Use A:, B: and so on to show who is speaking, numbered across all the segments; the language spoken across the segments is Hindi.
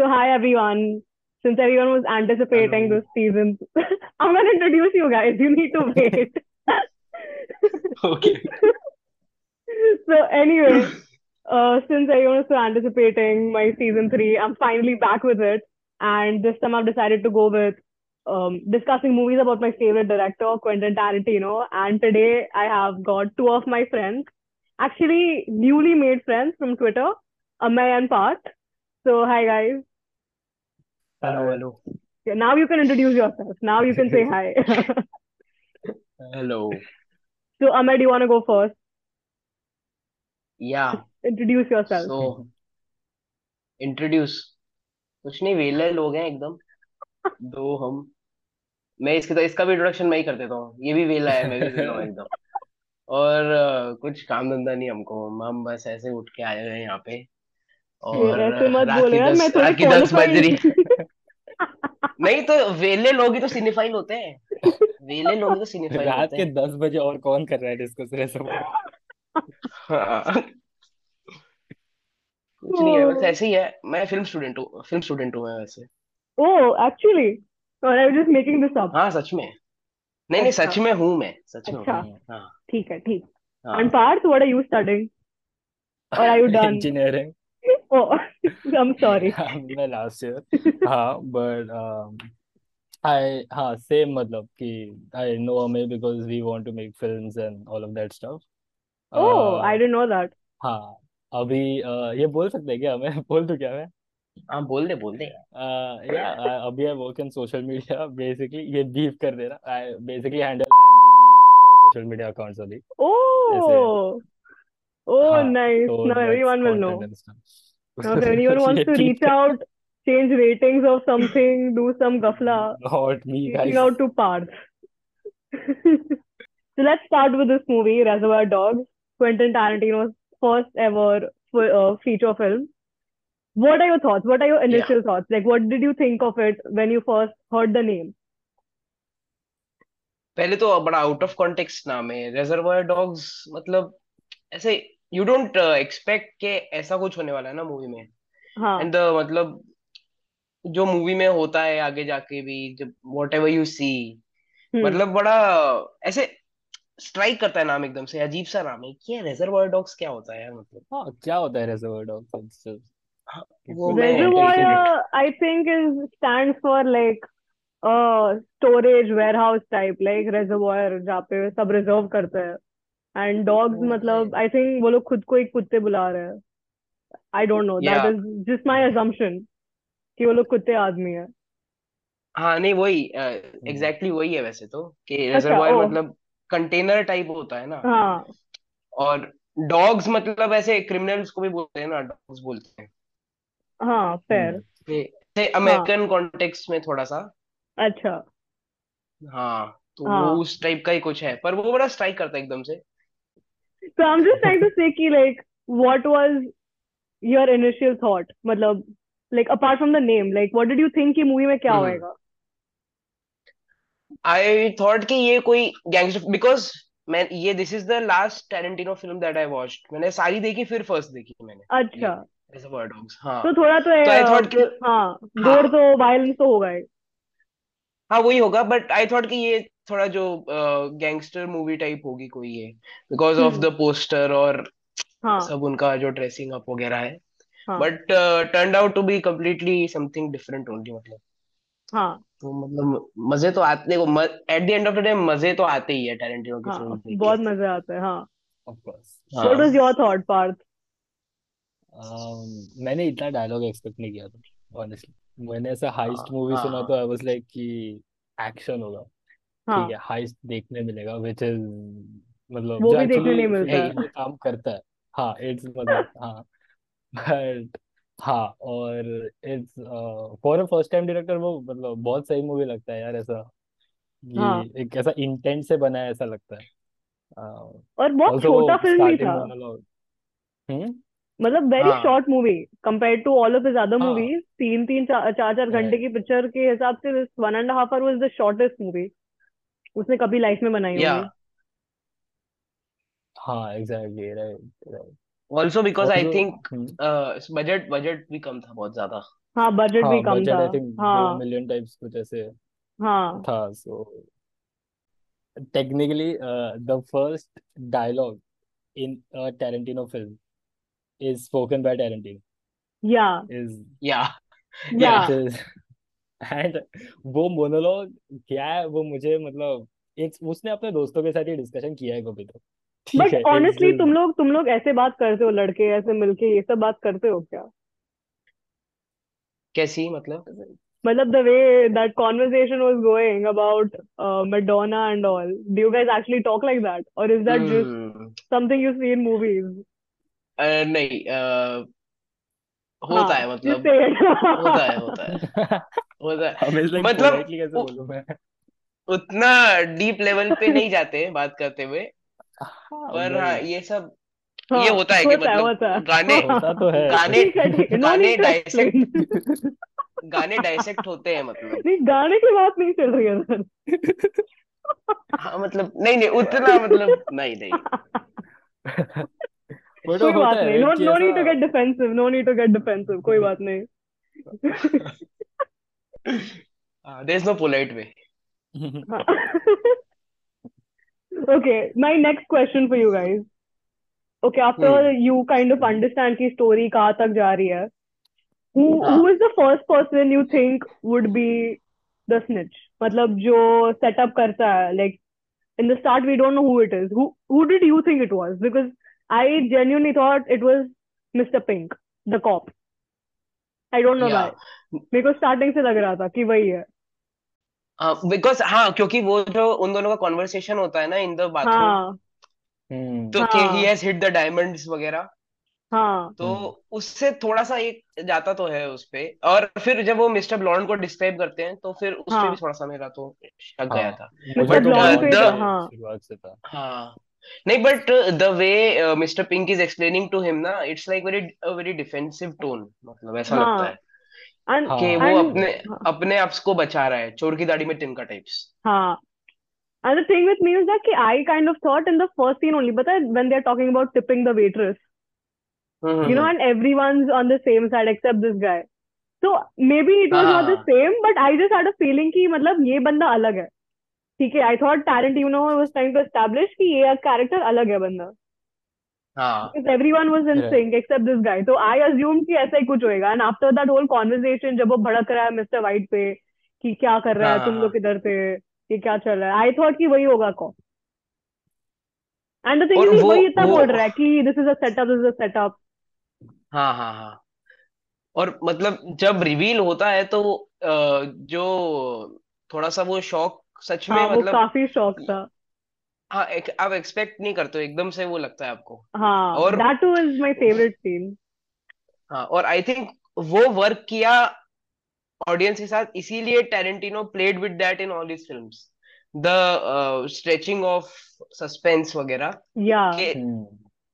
A: Hi everyone. Since everyone was anticipating
B: Hello.
A: this season, I'm gonna introduce you guys. You need to wait.
B: Okay.
A: so anyway, uh, since everyone was so anticipating my season three, I'm finally back with it. And this time I've decided to go with um, discussing movies about my favorite director, Quentin Tarantino. And today I have got two of my friends, actually newly made friends from Twitter, Amay and Parth. So hi guys.
B: Hello, hello.
A: Yeah, now you can introduce yourself. Now you can say hi.
B: Hello.
A: so, Amar, do you want to go first?
C: या
A: Introduce yourself.
C: सो इंट्रोड्यूस कुछ नहीं वेले लोग हैं एकदम दो हम मैं इसके तो इसका भी इंट्रोडक्शन मैं ही कर देता हूँ ये भी वेला है मैं भी वेला हूँ एकदम और अ, कुछ काम धंधा नहीं हमको हम बस ऐसे उठ के आए हुए हैं यहाँ पे
A: ये
C: और
A: ऐसे मत
C: रात
A: बोलो
C: की
A: यार
C: दस
A: मैं थोड़े
C: रात की दस बज रही
A: qualified
C: नहीं तो वेले लोग ही तो सिनेफाइल होते हैं वेले लोग ही तो सिनेफाइल
B: रात
C: होते
B: के
C: हैं
B: दस बजे और कौन कर रहा है डिस्कस ऐसा बात
C: हाँ कुछ नहीं है बस
A: oh.
C: ऐसे ही है मैं फिल्म स्टूडेंट हूँ फिल्म स्टूडेंट हूँ मैं वैसे
A: oh, actually. Or I was just making this up.
C: हाँ सच में नहीं नहीं
A: अच्छा
C: सच में हूँ मैं सच में हूँ
A: अच्छा
B: हम्म
C: हाँ
A: ठीक है ठीक And
C: हाँ
A: Parth, what are you studying? Or are you done?
B: Engineering
A: Oh, I'm sorry.
B: मैं लास्ट ईयर हाँ बट आई हाँ सेम मतलब कि आई नो अमे because we want to make films and all of that stuff Ah.
A: Oh, I didn't know that.
B: Uh, हाँ अभी uh, ये बोल सकते हैं क्या मैं बोल दूं क्या मैं
C: हाँ बोल दे बोल दे यार
B: uh, yeah, I, अभी I work in social media basically ये बीफ कर देना I basically handle IMDb social media accounts अभी ऐसे
A: Oh, oh,
B: हाँ
A: nice.
B: तो
A: Now
B: that's
A: everyone will
B: content
A: know.
B: And
A: Now, if anyone wants
B: stuff ये
A: to reach
B: ठीक है
A: out, change ratings or something, do some gafla,
B: not me
A: reaching
B: guys
A: out to Parth. So let's start with this movie, Reservoir Dogs, Quentin Tarantino's first ever fu- uh, feature film. What are your thoughts? What are your
C: या
A: initial thoughts? Like, what did you think of it when you first heard the name?
C: पहले तो बड़ा आउट ऑफ कॉन्टेक्स्ट नाम है रिजर्वायर डॉग्स मतलब ऐसे यू डोंट एक्सपेक्ट के ऐसा कुछ होने वाला है ना मूवी में
A: हाँ,
C: एंड द मतलब जो मूवी में होता है आगे जाके भी जब whatever you see
A: hmm,
C: मतलब बड़ा ऐसे स्ट्राइक करता है नाम एकदम से अजीब सा नाम है ये रिजर्वायर डॉग्स क्या होता है यार मतलब
B: हाँ क्या होता है रिजर्वायर डॉग्स
C: हाँ, वो
B: कुछ
C: मैं
B: कंटेंट
C: कंफ्यूज हूँ
A: Reservoir, I think is stands for like uh storage warehouse type, like reservoir जहाँ पे सब रिजर्व करते हैं. And dogs
C: ओ
A: मतलब
C: राइट
A: I think वो लोग खुद को एक कुत्ते बुला रहे हैं. I don't know.
C: या
A: That is just my assumption कि वो लोग कुत्ते आदमी है.
C: हाँ नहीं वही
B: हम्म
C: एग्जैक्टली वही है वैसे तो कि
A: अच्छा,
C: रिजर्वायर
A: oh,
C: मतलब कंटेनर टाइप होता है ना
A: हाँ.
C: और डॉग्स मतलब ऐसे क्रिमिनल्स को भी बोलते हैं ना डॉग्स बोलते हैं
A: हाँ fair
B: हम्म
C: ये
A: हाँ
C: अमेरिकन कॉन्टेक्स्ट में थोड़ा सा
A: अच्छा
C: हाँ तो वो
A: हाँ
C: उस टाइप का ही कुछ है पर वो बड़ा स्ट्राइक करता है एकदम से
A: so I'm just trying to say कि like what was your initial thought मतलब like apart from the name like what did you think कि movie में क्या
C: हम्म
A: होएगा
C: आई थॉट कि ये कोई गैंगस्टर बिकॉज मैं ये this is the last Tarantino film that I watched मैंने सारी देखी फिर फर्स्ट देखी मैंने
A: अच्छा
C: ये रिजर्वायर डॉग्स हाँ
A: तो थोड़ा तो
C: तो आई
A: अ,
C: थॉट कि
A: हाँ
C: हाँ
A: गोर तो वायलेंस तो होगा ही
C: हाँ वही होगा बट आई थॉट कि ये थोड़ा जो गैंगस्टर मूवी टाइप होगी कोई ये बिकॉज ऑफ
A: हम्म
C: द पोस्टर और
A: हाँ
C: सब उनका जो ड्रेसिंग अप वगैरह है
A: हाँ
C: but turn out to be completely something different only मतलब
A: हाँ
C: तो मतलब मजे तो आते देखो at the end of the day मजे तो आते ही है टैरेंटिनो की
A: हाँ
C: फिल्म देख के
A: बहुत मजे आते हैं हाँ
B: ऑफ कोर्स
A: what was
C: हाँ
A: your thought पार्थ
B: um, मैंने इतना डायलॉग एक्सपेक्ट नहीं किया था ऑनेस्टली मैंने ऐसा हाइस्ट
C: हाँ
B: मूवी
C: हाँ
B: सुना तो
C: हाँ
B: आई वाज लाइक कि एक्शन होगा ठीक
A: हाँ
B: है हाइस्ट देखने मिलेगा विच इज मतलब
A: वो
B: जो
A: भी देखने नहीं
B: एक्चुअली
A: मिलता
B: फिल्म
C: नहीं
A: है
B: में काम करता है हाँ इट्स मतलब हाँ बट हाँ और it's for a first time director वो मतलब बहुत सही मूवी लगता है यार ऐसा
A: हाँ
B: कि एक ऐसा इंटेंट से बना है ऐसा लगता है
A: और बहुत
B: ऑल्सो
A: छोटा
B: वो
A: फिल्म भी
B: स्टार्टिंग
A: था
B: मोनोलॉग हम्म
A: मतलब वेरी
C: हाँ
A: short movie compared to all of his other
B: हाँ
A: movies तीन तीन चार चार घंटे
B: राइट
A: की पिक्चर के हिसाब से this one and a half hour was the shortest movie उसने कभी लाइफ में बनाई
C: या
A: होगी
B: हाँ exactly right right
C: also because I
B: also
C: think
B: हम्म
C: बजट बजट भी कम था बहुत ज्यादा
A: हाँ बजट भी
B: हाँ
A: कम
B: बजट
A: था
B: आई थिंक दो
A: हाँ
B: मिलियन टाइप्स कुछ ऐसे
A: हाँ
B: था so technically the first dialogue in a Tarantino film is spoken by Tarantino
A: yeah
B: is
C: yeah या
A: या
B: which is and वो monologue क्या है वो मुझे मतलब it's उसने अपने दोस्तों के साथ ही डिस्कशन किया है कभी तो ठीक
A: बट
B: है इट्स
A: ऑनेस्टली तुम
B: जस्ट
A: लोग तुम लोग ऐसे बात करते हो लड़के ऐसे मिलके ये सब बात करते हो क्या
C: कैसी मतलब
A: मतलब the way that conversation was going about uh, Madonna and all, do you guys actually talk like that? Or is that just
C: hmm
A: something you see in movies?
C: अ, नहीं अ, होता
A: हाँ,
C: है
A: you
C: मतलब
A: say
C: होता है
A: it.
C: होता है होता है
B: हम इस लाइक
C: मतलब
B: पोलाइटली कैसे
C: उ,
B: बोलूं मैं
C: उतना डीप लेवल पे नहीं जाते हैं बात करते हुए
B: हाँ
C: पर हाँ
B: वही
C: ये सब ये
A: हाँ,
C: होता है कि
A: होता है
C: मतलब
A: होता है
C: गाने
B: होता तो है
C: गाने
A: ठीक है ठीक है नो
C: गाने
A: नीड टू
C: डाइसेक्ट
A: एक्सप्लेन
C: गाने डाइसेक्ट होते हैं मतलब
A: नहीं गाने की बात नहीं चल रही है सर
C: हाँ मतलब नहीं नहीं उतना मतलब नहीं नहीं
B: बट वो
A: कोई
B: होता
A: बात
B: है
A: नहीं नो
B: राइट कि
A: नो
B: ऐसा
A: need to get defensive no need to get defensive कोई बात नहीं
C: there is no polite way
A: हाँ Okay, my next question for you guys. Okay, after
C: hmm
A: you kind of understand की story कहाँ तक जा रही है, who who
C: हाँ
A: is the first person you think would be the snitch? मतलब जो setup करता है, like in the start we don't know who it is. Who who did you think it was? Because I genuinely thought it was Mr. Pink, the cop. I don't know
C: या
A: why. मेरे को starting से लग रहा था कि वही है.
C: हाँ बिकॉज हाँ क्योंकि वो जो उन दोनों का कॉन्वर्सेशन होता है ना इन द बाथरूम
A: हाँ,
B: हम्म
C: तो के ही
A: हाँ,
C: हैज हिट द डायमंड्स वगैरह
A: हाँ,
C: तो
B: हम्म
C: उससे थोड़ा सा एक जाता तो है उस पे और फिर जब वो मिस्टर ब्लॉन्ड को डिस्क्राइब करते हैं तो फिर उस पे भी
A: हाँ.
C: थोड़ा सा मेरा तो शक गया
B: हाँ
C: था
B: मुझे
A: मिस्टर
C: बट
B: तो
A: ब्लॉन्ड
B: ब्लॉन्ड
A: पे था
C: द
B: से
A: मतलब हाँ
B: शुरुआत से था
C: हाँ नहीं but the way Mr Pink is explaining to him ना it's like very very defensive tone मतलब ऐसा लगता
A: हाँ
C: है
A: and
C: कि
B: हाँ
C: वो
A: and
C: अपने
A: हाँ
C: अपने आप को बचा रहा है चोर की दाढ़ी में तिनका टाइप्स
A: हाँ and the thing with me is that कि I kind of thought in the first scene only but when they're talking about tipping the waitress
C: हम्म
A: you
C: हम्म
A: know
C: हम्म
A: and everyone's on the same side except this guy so maybe it was not the
C: हाँ
A: same but I just had a feeling कि मतलब ये बंदा अलग है ठीक है I thought Tarantino was trying to establish कि ये character अलग है बंदा
C: हाँ
A: because everyone was in
B: right
A: sync except this guy so I assumed कि ऐसा ही कुछ होएगा and after that whole conversation जब वो भड़क रहा है मिस्टर वाइट पे कि क्या कर रहा
C: हाँ
A: है
C: हाँ
A: तुम लोग
C: हाँ
A: किधर थे ये क्या चल रहा है आई थॉट कि वही होगा कौन एंड द थिंग
C: और
A: इज कि
C: वो
A: वही इतना
C: वो
A: बोल रहा है कि this is a setup this is a setup
C: हाँ हाँ हाँ और मतलब जब रिवील होता है तो अ, जो थोड़ा सा वो शॉक सच
A: हाँ
C: में
A: वो
C: मतलब
A: काफी शौक था
C: हाँ एक, आप एक्सपेक्ट नहीं करते हो एकदम से वो लगता है आपको
A: हाँ
C: और
A: that was my favourite scene
C: हाँ और आई थिंक वो वर्क किया ऑडियंस के साथ इसीलिए Tarantino played with that in all his films the uh, stretching of suspense वगैरह
A: या
C: के
B: हम्म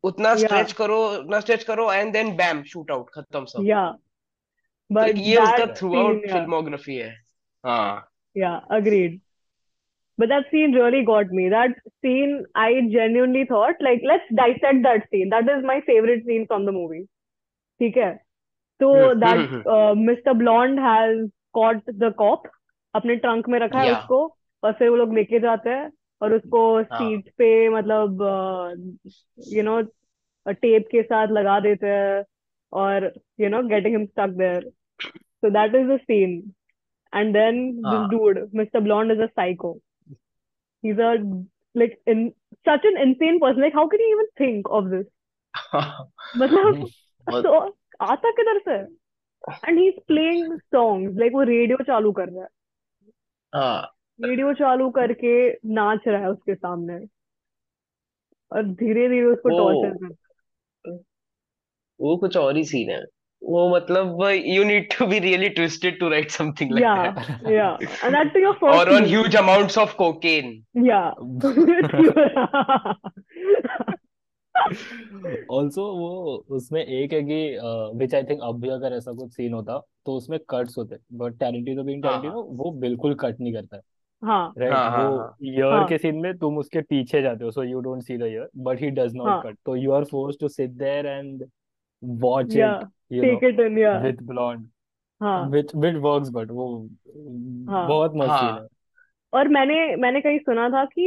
C: उतना
A: या
C: स्ट्रेच करो उतना स्ट्रेच करो and then bam shoot out खत्म सब
A: या
C: तो
A: बट
C: ये उसका
A: that
B: right
C: through
A: scene
C: out
A: या
C: फिल्मोग्राफी है हाँ
A: या agreed But that scene really got me. That scene, I genuinely thought, like, let's dissect that scene. That is my favorite scene from the movie. ठीक है? तो
C: हम्म
A: that
C: हम्म
A: uh, Mr. Blonde has caught the cop अपने ट्रंक में रखा है
C: या
A: उसको और फिर वो लोग लेके जाते हैं और उसको
C: हाँ
A: सीट पे मतलब यू नो टेप के साथ लगा देते हैं और you know getting him stuck there so that is the scene and then this
C: हाँ
A: dude Mr Blonde is a psycho he's a like in such an insane person like how can you even think of this मतलब
B: हम्म,
C: और
A: तो आता किधर से and he is playing songs like वो रेडियो चालू कर रहा है
C: हाँ
A: रेडियो चालू करके नाच रहा है उसके सामने और धीरे धीरे उसको
C: वो
A: टॉर्चर कर
C: वो कुछ और ही सीन है वो मतलब you need to be really twisted to write something like
A: yeah
C: that
A: yeah and that's your
C: और
A: first
C: on
A: movie
C: huge amounts of cocaine
A: या
B: ऑल्सो वो उसमें एक है कि विच आई थिंक अब भी अगर ऐसा कुछ सीन होता तो उसमें कट्स होते बट टैरेंटिनो बीइंग
C: हाँ हाँ
B: टैरेंटिनो तो वो बिल्कुल कट नहीं करता है
A: हाँ
B: राइट
C: हाँ
B: वो
C: हाँ हाँ
B: ईयर
A: हाँ
B: के सीन में तुम उसके पीछे जाते हो so you don't see the ear but he does not
A: हाँ
B: कट तो you are force to sit there and watch
A: yeah
B: it you
A: take
B: no
A: it in yeah
B: with Blonde
A: हाँ
B: विच विट वर्क्स बट वो
A: हाँ
B: बहुत मुश्किल
C: हाँ
B: है
A: और मैंने मैंने कहीं सुना था कि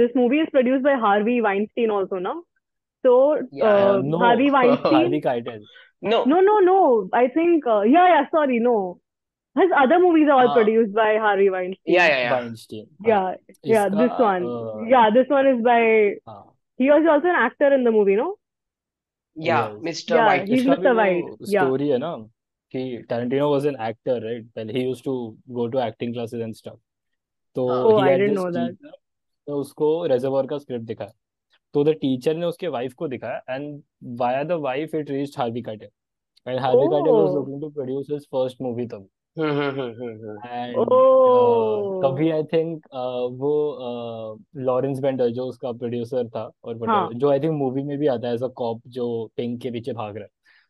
A: this movie is produced by Harvey Weinstein also ना तो
C: yeah
B: no
A: Harvey Weinstein
B: Harvey Keitel
C: no
A: no no no I think yeah yeah sorry no his other movies are all
C: हाँ
A: produced by harvey weinstein
C: yeah या या
B: वाइनस्टीन हाँ
A: yeah yeah
B: इसका
A: this one
B: uh,
A: yeah this one is by
B: हाँ
A: he was also an actor in the movie no
C: yeah
B: yes
C: Mr
A: yeah
C: white
A: he's
B: इसका भी
A: mr white
B: वो
A: yeah
B: स्टोरी है ना कि Tarantino was an actor right पहले he used to go to acting classes and stuff तो
C: हाँ
A: oh
B: he
A: i
B: had
A: didn't
B: this
A: know that
B: teacher तो उसको रेजर्वर का स्क्रिप्ट दिखाया तो द टीचर ने उसके वाइफ को दिखाया and via the wife it reached Harvey Keitel and Harvey Keitel was
A: oh
B: looking to produce his first movie तब
C: हम्म हम्म हम्म हम्म हम्म
B: एंड
A: oh
B: तभी आई थिंक वो लॉरेंस बेंडर जो उसका प्रोड्यूसर था और
A: हाँ
B: प्रोड्यूसर जो आई थिंक मूवी में भी आता है एज अ कॉप जो पिंक के पीछे भाग रहा है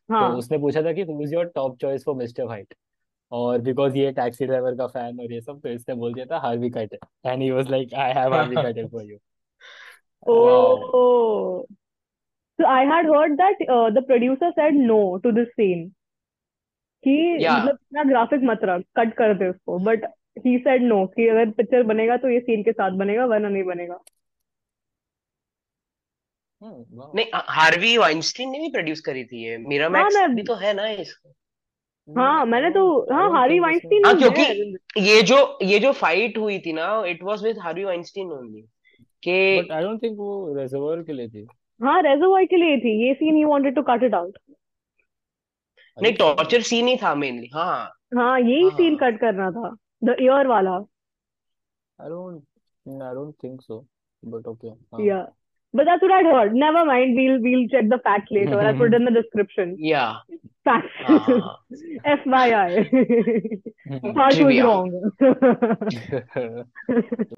B: तो
A: हाँ
B: उसने पूछा था कि who is your top choice for Mr White और बिकॉज ये टैक्सी ड्राइवर का फैन और ये सब तो इसने बोल दिया था Harvey Keitel and he was like I have Harvey Keitel for you
C: wow
B: and
A: oh so i had heard that uh, the producer said no to this scene कि
C: या
A: मतलब इतना ग्राफिक मत रख कट कर दे उसको बट ही सेड नो कि अगर पिक्चर बनेगा तो ये सीन के साथ बनेगा वरना नहीं बनेगा
B: Hmm,
C: नहीं हा- हार्वी वाइंस्टीन ने भी प्रोड्यूस करी थी ये
A: हाँ
C: मिरामैक्स
A: मैं
C: भी तो है ना इसको
B: Hmm,
A: हाँ मैंने तो
B: आई
A: हाँ
B: डोंट
A: हारी वाइनस्टीन
B: थिंक उसने
C: हाँ
A: इज
C: क्योंकि
A: देयर इन
C: ये जो ये जो फाइट हुई थी ना it was with Harvey Weinstein only के
B: बट आई डोंट थिंक वो रेजर्वर के लिए थी
A: हाँ रेजर्वायर के लिए थी ये scene he wanted to cut it out
B: are
C: नहीं
B: यू श्योर
C: टॉर्चर सीन ही था मेनली हाँ
A: हाँ यही
C: हाँ
A: सीन
C: हाँ
A: कट करना था द ईयर वाला
B: I don't, I don't think so. But okay, हाँ.
A: yeah but that's what I'd heard never mind we'll we'll check the facts later I'll put it in the description
C: या
A: facts
C: हाँ
A: FYI
C: Hmm.
A: Harsh was
C: trivia
A: wrong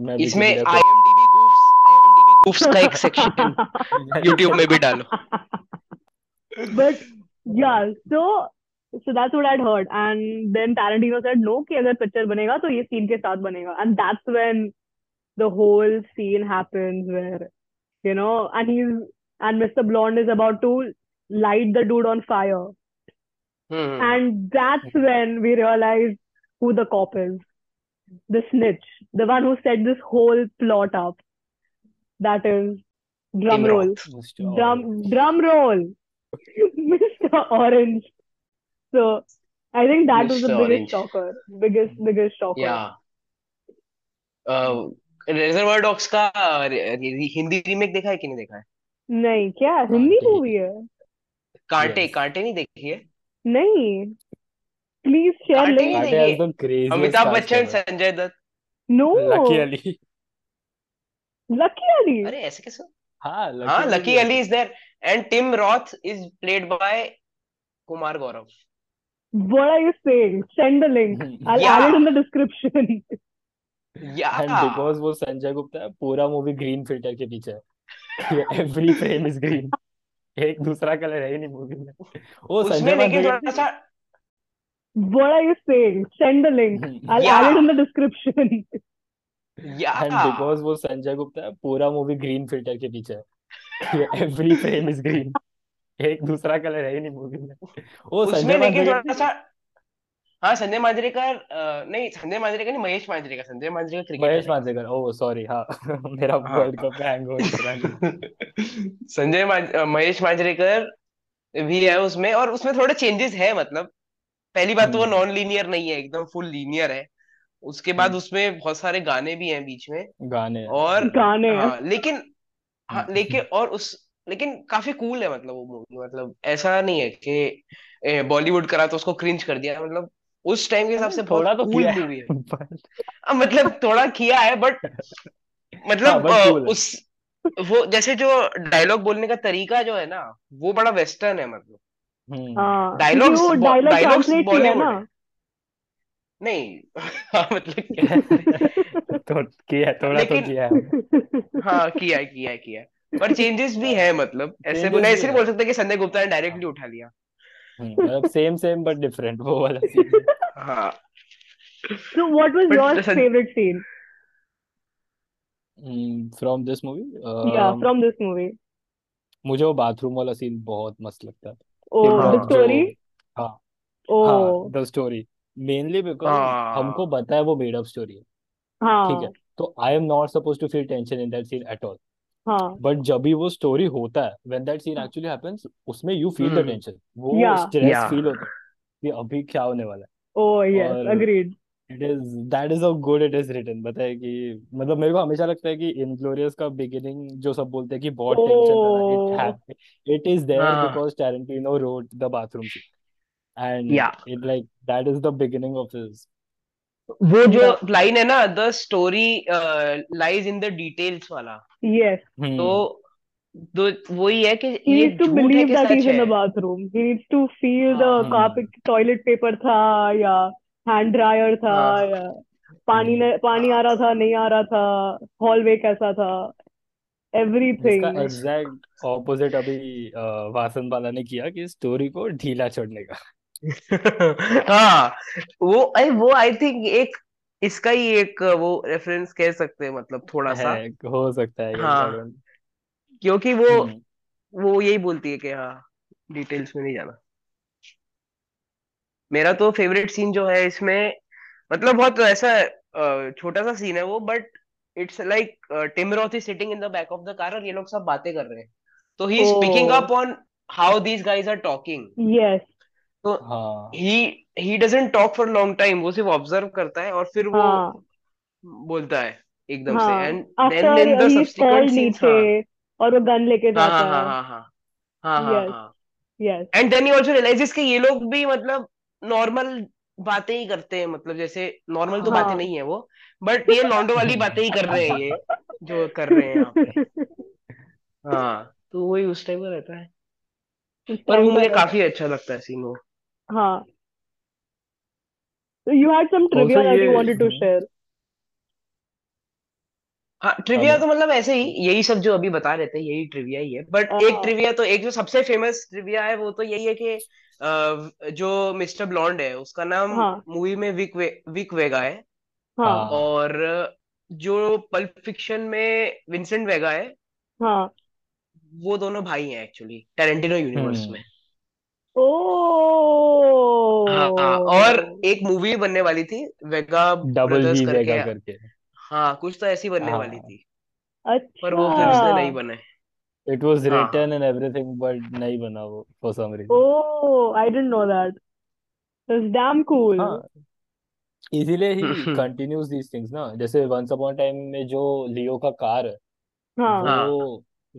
B: मैं भी
C: इसमें
B: किसी का को
C: आईएमडीबी गूफ्स आईएमडीबी गूफ्स का एक सेक्शन यूट्यूब में भी डालो
A: But yeah, so so that's what I'd heard. And then Tarantino said no कि अगर picture बनेगा तो ये scene के साथ बनेगा. And that's when the whole scene happens where you know, and he's and Mr. Blonde is about to light the dude on fire.
C: Hmm
A: And that's when we realize who the cop is, the snitch, the one who set this whole plot up. That is drum
C: Tim
A: roll,
C: Roth
B: Mr.
A: drum
B: Orange.
A: drum roll, Mr. Orange. So I think that was the
C: mister
A: biggest
C: Orange
A: shocker, biggest biggest
C: या
A: shocker.
C: रिजर्वर डॉग्स का अ, रि- रि- हिंदी रीमेक देखा है कि नहीं देखा है
A: नहीं क्या हिंदी
B: कांटे
A: मूवी है
C: कांटे
B: यस
C: कांटे नहीं देखी है
A: नहीं प्लीज शेयर
C: कांटे नहीं
A: लिंक
B: कांटे
C: देखी
B: हैज
C: है
B: the craziest
C: Amitabh
B: cast
C: Bachchan
B: ever
C: Sanjay Dutt
A: no
B: Lucky Ali
A: Lucky Ali
C: अरे ऐसे कैसे
B: हाँ लकी
C: हाँ
B: अली भी
C: लकी
B: है
C: Ali is there and Tim Roth is played by Kumar Gaurav
A: what are you saying send the link I'll
B: उसमें
C: या
A: add it in the description
C: या
B: एंड बिकॉज वो संजय गुप्ता है पूरा मूवी ग्रीन फिल्टर के पीछे है एवरी फ्रेम इज ग्रीन एक दूसरा कलर है ही नहीं मूवी में वो
C: उसमें लेकिन थोड़ा
B: संजय मांजरेकर भी
C: सा
A: what are you saying send the link
B: हम्म।
A: I'll
C: या
A: add it in the description
C: या
B: एंड बिकॉज वो संजय गुप्ता है पूरा मूवी ग्रीन फिल्टर के पीछे है एवरी फ्रेम इज ग्रीन एक दूसरा कलर है ही नहीं मूवी में वो
C: उसमें लेकिन
B: संजय मांजरेकर
C: थोड़ा
B: भी
C: सा हाँ संजय मांजरेकर अ, नहीं संजय मांजरेकर नहीं महेश मांजरेकर संजय मांजरेकर क्रिकेटर
B: महेश
C: है
B: मांजरेकर ओह सॉरी हाँ मेरा
C: हाँ
B: वर्ल्ड कप में हैंगओवर चल रहा है
C: संजय मांज अ, महेश मांजरेकर भी है उसमें और उसमें थोड़े चेंजेस है मतलब पहली बात तो वो
B: हम्म
C: नॉन लीनियर नहीं है एकदम फुल लीनियर है उसके बाद
B: हम्म,
C: उसमें बहुत सारे गाने भी हैं बीच में
B: गाने
C: और
A: गाने
C: हाँ लेकिन हाँ लेकिन
B: हम्म,
C: और उस लेकिन काफी कूल है मतलब वो मूवी मतलब ऐसा नहीं है कि बॉलीवुड करा तो उसको क्रिंज कर दिया मतलब उस टाइम के हिसाब
B: अरे
C: से बहुत
B: थोड़ा तो
C: कूल
B: किया
C: मूवी है
B: है पर
C: हाँ, मतलब थोड़ा किया है बट
B: हाँ
C: मतलब
B: बट
C: अ,
B: कूल है
C: उस वो जैसे जो डायलॉग बोलने का तरीका जो है ना वो बड़ा वेस्टर्न है मतलब
B: हम्म
A: हाँ क्योंकि
C: डायलॉग्स
A: वो डायलॉग
C: डायलॉग्स
A: ट्रांसलेट किया है ना
C: बॉलीवुड है नहीं हाँ, मतलब क्या
B: तो किया है, थोड़ा तो
C: लेकिन
B: किया है हमने
C: हाँ किया है, किया है, किया है। पर चेंजेस भी है मतलब ऐसे को
B: चेंजेस
C: नहीं
B: भी
C: ऐसे नहीं
B: है
C: बोल सकते कि संजय गुप्ता ने
B: हाँ
C: डायरेक्टली उठा लिया
B: हम्म, मतलब सेम सेम बट डिफरेंट वो वाला सीन है
C: हाँ
A: So what was
C: but
A: your favorite scene?
B: From this movie um,
A: Yeah, from this movie.
B: मुझे वो बाथरूम वाला सीन बहुत मस्त लगता है कि
A: Oh, the
B: ब्लॉक जो
A: story? Oh.
B: हाँ हाँ
A: oh
B: the story mainly because हमको
C: हाँ
B: पता है वो मेड अप स्टोरी है ठीक है
A: हाँ
B: तो I am not suppose to feel tension in that scene at all
A: हाँ
B: बट जब भी वो स्टोरी होता है when that scene actually happens उसमें you feel the
C: hmm
B: tension वो
A: या
B: स्ट्रेस
C: या
B: फील होता है कि अभी क्या होने वाला
A: ओ
B: है
A: यस
B: और
A: agreed
B: it is that is how good it is written बताए कि मतलब मेरे को हमेशा लगता है कि इनग्लोरियस का बिगिनिंग जो सब बोलते हैं कि बहुत टेंशन था ना it
A: oh
B: it is there
C: Oh! हाँ
B: because Tarantino wrote the bathroom scene and
C: या
B: it like that is the beginning of his
C: वो जो
A: या
C: लाइन है ना the story lies in the details वाला
A: यस
B: हम्म
C: तो तो वही है कि
A: He
C: ये
A: needs to
C: झूठ है
A: believe
C: कि
A: that
C: सच
A: he's in
C: है
A: the bathroom. He needs to feel the
C: हाँ
A: carpet,
B: हम्म
A: toilet paper था या hand dryer था
C: हाँ
A: या पानी
B: हम्म
A: न, पानी आ
C: हाँ
A: रहा था नहीं आ रहा था hallway कैसा था
B: जिसका
A: everything.
B: एग्जैक्ट ऑपोजिट अभी अ, वासन बाला ने किया कि स्टोरी को ढीला छोड़ने का
C: हाँ वो अरे वो आई थिंक एक इसका ही एक वो रेफरेंस कह सकते हैं मतलब थोड़ा
B: है
C: सा
B: हो सकता है गाइस आई
C: हाँ तो
B: डोंट
C: क्योंकि वो
B: हम्म
C: वो यही बोलती है कि हाँ डिटेल्स में नहीं जाना मेरा तो फेवरेट सीन जो है इसमें मतलब बहुत ऐसा अ, छोटा सा सीन है वो but it's like Tim Roth is sitting in the back of the car और ये लोग सब बातें कर रहे हैं तो he is picking
A: Oh
C: up on how these guys are talking
A: yes,
C: तो
B: हाँ
C: he he doesn't talk for long time वो सिर्फ ऑब्जर्व करता है और फिर वो
A: हाँ
C: बोलता है एकदम से
A: हाँ.
C: And then
A: After
C: in the
A: he is
C: subsequent
A: called
C: scenes
A: नीचे
C: हाँ
A: और वो गन लेके
C: हाँ हाँ
A: जाता
C: हाँ
A: है.
C: हाँ हाँ हाँ हाँ
A: Yes,
C: हाँ
A: yes.
C: And then you also realises कि ये लोग भी मतलब नॉर्मल बातें ही करते हैं मतलब जैसे नॉर्मल तो बातें
A: हाँ.
C: नहीं है वो बट ये लॉन्डो वाली बातें ही कर रहे हैं ये जो कर रहे हैं यहाँ पे हाँ तो वही उस टाइम का रहता है
A: उस
C: पर
A: टाइम
C: वो
A: का
C: मुझे
A: रहता
C: काफी अच्छा लगता है सीन वो
A: है. हाँ. So you had some
B: also
A: trivia that
B: ये
A: you wanted to
B: हम्म,
A: share.
C: हाँ ट्रिविया
B: हेलो
C: तो मतलब ऐसे ही यही सब जो अभी बता रहे थे यही ट्रिविया ही है बट एक
A: हाँ
C: ट्रिविया तो एक जो सबसे फेमस ट्रिविया है वो तो यही है कि अ, जो मिस्टर ब्लॉन्ड है उसका नाम
A: हाँ
C: मूवी में विक वे, विक वेगा है
A: हाँ
B: हाँ
C: और जो पल्प फिक्शन में विंसेंट वेगा है
A: हाँ
C: वो दोनों भाई हैं एक्चुअली टेरेंटिनो यूनिवर्स में
B: हम्म
A: Oh.
C: हाँ और
A: ओ
C: एक मूवी बनने वाली थी वेगा
B: डबल
C: ब्रदर्स
B: वी
C: करके
B: वेगा करके
C: हाँ कुछ तो ऐसी बनने वाली
B: हाँ
C: थी पर वो फिर
A: अच्छा
C: उससे नहीं बने
B: इट वाज
C: हाँ हाँ
B: रिटन एंड एवरीथिंग बट नहीं बना वो for some reason
A: oh I oh, didn't know that that's damn cool
B: हाँ इसीलिए ही
C: हम्म,
B: कंटिन्यूज दीज थिंग्स ना जैसे वंस अपॉन टाइम में जो लियो का कार है वो
A: हाँ
C: हाँ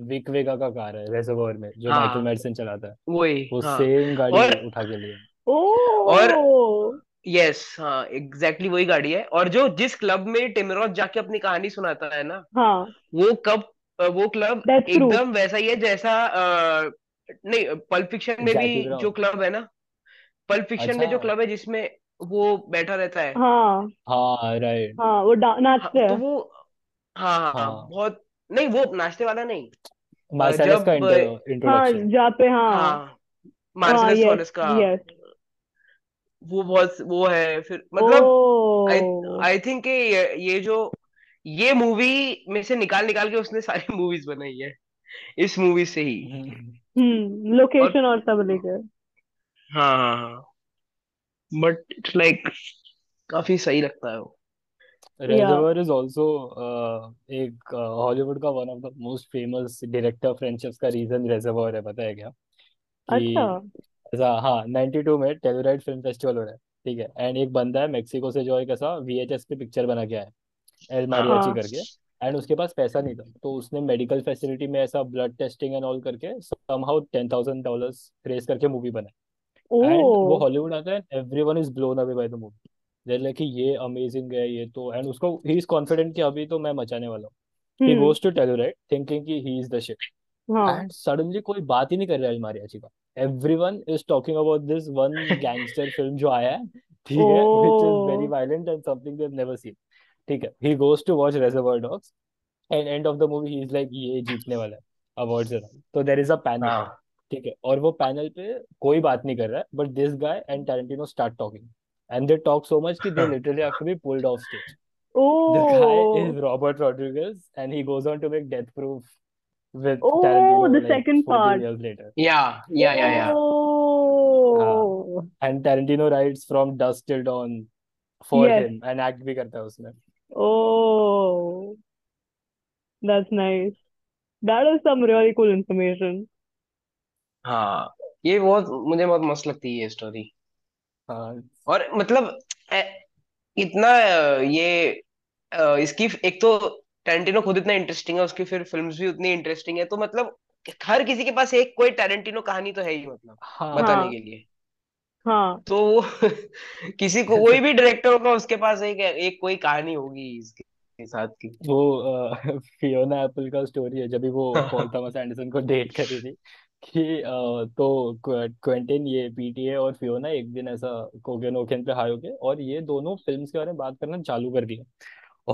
B: विक वेगा का कार है रेसोवर में जो माइकल
C: हाँ
B: मैडसन चलाता है
C: वही
B: वो
C: हाँ
B: सेम गाड़ी
C: और
B: उठा के लिए
A: Oh.
C: और
A: ओ
C: यस हाँ एग्जैक्टली वही गाड़ी है और जो जिस क्लब में टिमरोथ जाके अपनी कहानी सुनाता है ना
A: हाँ
C: वो कब वो क्लब
A: डेथ प्रूफ
C: एकदम वैसा ही है जैसा अ, नहीं पल्प फिक्शन में भी
B: जैकी
C: जो
B: ब्राउन
C: क्लब है ना पल्प फिक्शन
B: अच्छा
C: में जो क्लब है जिसमें वो बैठा रहता है
A: हाँ
B: हाँ राइट
A: हाँ वो डा-
C: हाँ,
A: नाचते
C: तो
A: हैं
C: वो हाँ हाँ
B: हाँ
C: बहुत नहीं वो नाश्ते वाला नहीं अ,
B: मार्सेलस का
C: जब
A: हाँ
B: इंट्रोडक्शन
A: जहाँ पे हाँ
C: हाँ
A: हाँ
C: मार्सेलस
A: यस
C: सोलस का
A: यस
C: वो बहुत वो है फिर मतलब
A: Oh.
C: I
A: oh
C: I think ये, ये जो ये मूवी में से निकाल निकाल के उसने सारी मूवीज बनाई है इस मूवी से ही
A: हम्म
C: और
A: लोकेशन और सब लेकर
C: हाँ हाँ हाँ बट इट्स लाइक काफी सही लगता है वो
A: या
B: रेजर्वायर इज ऑल्सो uh, एक हॉलीवुड का one of the most famous director friendships का रीजन रेजर्वायर है पता है क्या कि
A: अच्छा
B: ऐसा हाँ 92 में टेलराइट फिल्म फेस्टिवल हो रहा है ठीक है एंड एक बंदा है मेक्सिको से जो एक ऐसा वीएचएस पे पिक्चर बना के आया है एल मारियाची
A: हाँ
B: करके एंड उसके पास पैसा नहीं था तो उसने मेडिकल फैसिलिटी में ऐसा ब्लड टेस्टिंग एंड ऑल करके somehow ten thousand dollars raise करके मूवी बनाई एंड वो
A: ओ
B: हॉलीवुड आता है every one is blown away by the movie there like कि ये अमेजिंग है ये तो एंड उसको ही इज कॉन्फिडेंट कि अभी तो मैं मचाने वाला हूँ he
A: hmm
B: goes to Telluride thinking कि ही इज द शिट
A: हाँ
B: एंड सडनली कोई बात ही नहीं कर रहा है मारियाची का everyone is talking about this one gangster film जो आया है ठीक है which is very
A: oh
B: violent and something they never seen ठीक है he goes to watch Reservoir Dogs and end of the movie he is like ये जीतने वाला है अवार्ड्स तो देर इज अ पैनल
C: हाँ
B: ठीक है और वो पैनल पे कोई बात नहीं कर रहा है but this guy and Tarantino start talking and they talk so much कि they literally have to be pulled off stage the guy
A: oh
B: is Robert Rodriguez and he goes on to make Death Proof with
A: oh
B: Tarantino
A: Oh, the
B: like
A: second
B: 14
A: part
B: years later.
C: या या या या
B: हाँ
A: oh
B: and Tarantino writes from Dusk Till Dawn for
A: Yes.
B: Him and act भी करता है उसमें
A: Oh, that's nice. That is some really cool information.
C: हाँ ये बहुत मुझे बहुत मस्त लगती है ये स्टोरी
B: हाँ
C: और मतलब ए, इतना अ, ये अ, इसकी एक तो टैरेंटिनो खुद इतना इंटरेस्टिंग है उसकी फिर फिल्म्स भी उतनी इंटरेस्टिंग है तो मतलब हर किसी के पास एक कोई टैरेंटिनो कहानी तो है ही मतलब
B: हाँ
C: बताने
A: हाँ
C: के लिए
A: हाँ
C: तो वो किसी को कोई भी डायरेक्टर होगा उसके पास एक एक कोई कहानी होगी इसके के साथ की
B: वो फियोना एप्पल का स्टोरी है जब भी वो पॉल थॉमस एंडरसन को डेट करी थी कि अ, तो क्वेंटिन ये पीटीए और फियोना एक दिन ऐसा कोकेन ओकेन पे हाई हो गए और ये दोनों फिल्म्स के बारे में बात करना चालू कर दिया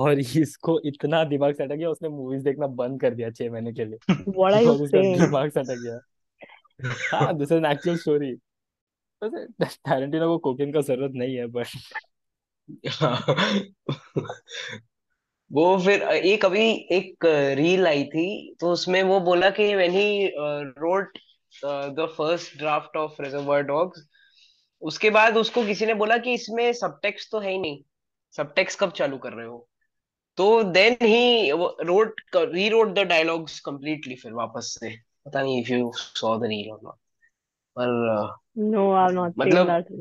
B: और इसको इतना दिमाग सटा गया उसने मूवीज देखना बंद कर दिया छह महीने के लिए
A: What are you
B: और उसका
A: saying?
B: दिमाग सटा गया हाँ this is an actual story वैसे टैरेंटिनो को कोकेन का जरूरत नहीं है बट
C: वो फिर एक अभी एक रील आई थी तो उसमें वो बोला कि when he wrote the first draft of Reservoir Dogs उसके बाद उसको किसी ने बोला कि इसमें सबटेक्स्ट तो है ही नहीं सबटेक्स्ट कब चालू कर रहे हो तो then he wrote rewrote the dialogues completely फिर वापस से पता नहीं if you saw the reel और नॉट पर अ,
A: No, I've not seen
C: मतलब
A: that.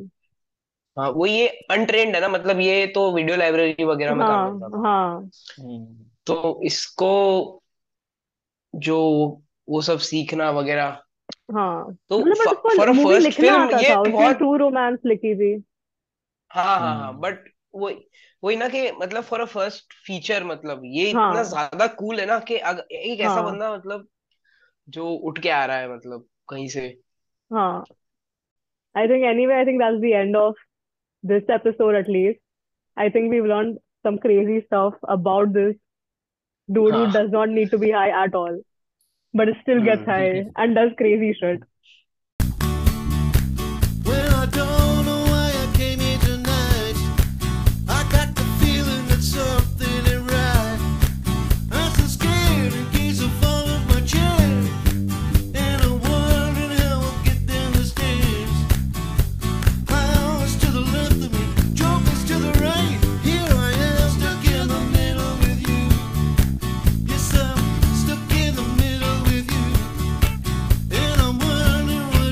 C: हाँ वो ये अनट्रेंड है ना मतलब ये तो वीडियो लाइब्रेरी वगैरह में काम
A: हाँ
C: करता था
A: हाँ
B: हम्म,
C: तो इसको जो वो सब सीखना वगैरह
A: हाँ
C: तो
A: मतलब बट उसको
C: फॉर अ
A: मूवी
C: फर्स्ट
A: लिखना
C: फिल्म
A: आता
C: ये
A: था उसने
C: बहुत
A: ट्रू रोमांस लिखी थी
C: हाँ हाँ हाँ
B: हम्म,
C: बट वो वही ना कि मतलब फॉर अ फर्स्ट फीचर मतलब ये इतना
A: हाँ
C: ज्यादा कूल है ना कि अग, एक ऐसा
A: हाँ
C: बंदा मतलब जो उठ के आ रहा है मतलब कहीं से
A: हाँ I think anyway I think that's the end of this episode at least. I think we've learned some crazy stuff about this dude who
C: हाँ Hmm,
A: does not need to be high at all, but still gets
C: hmm
A: high and does crazy shit.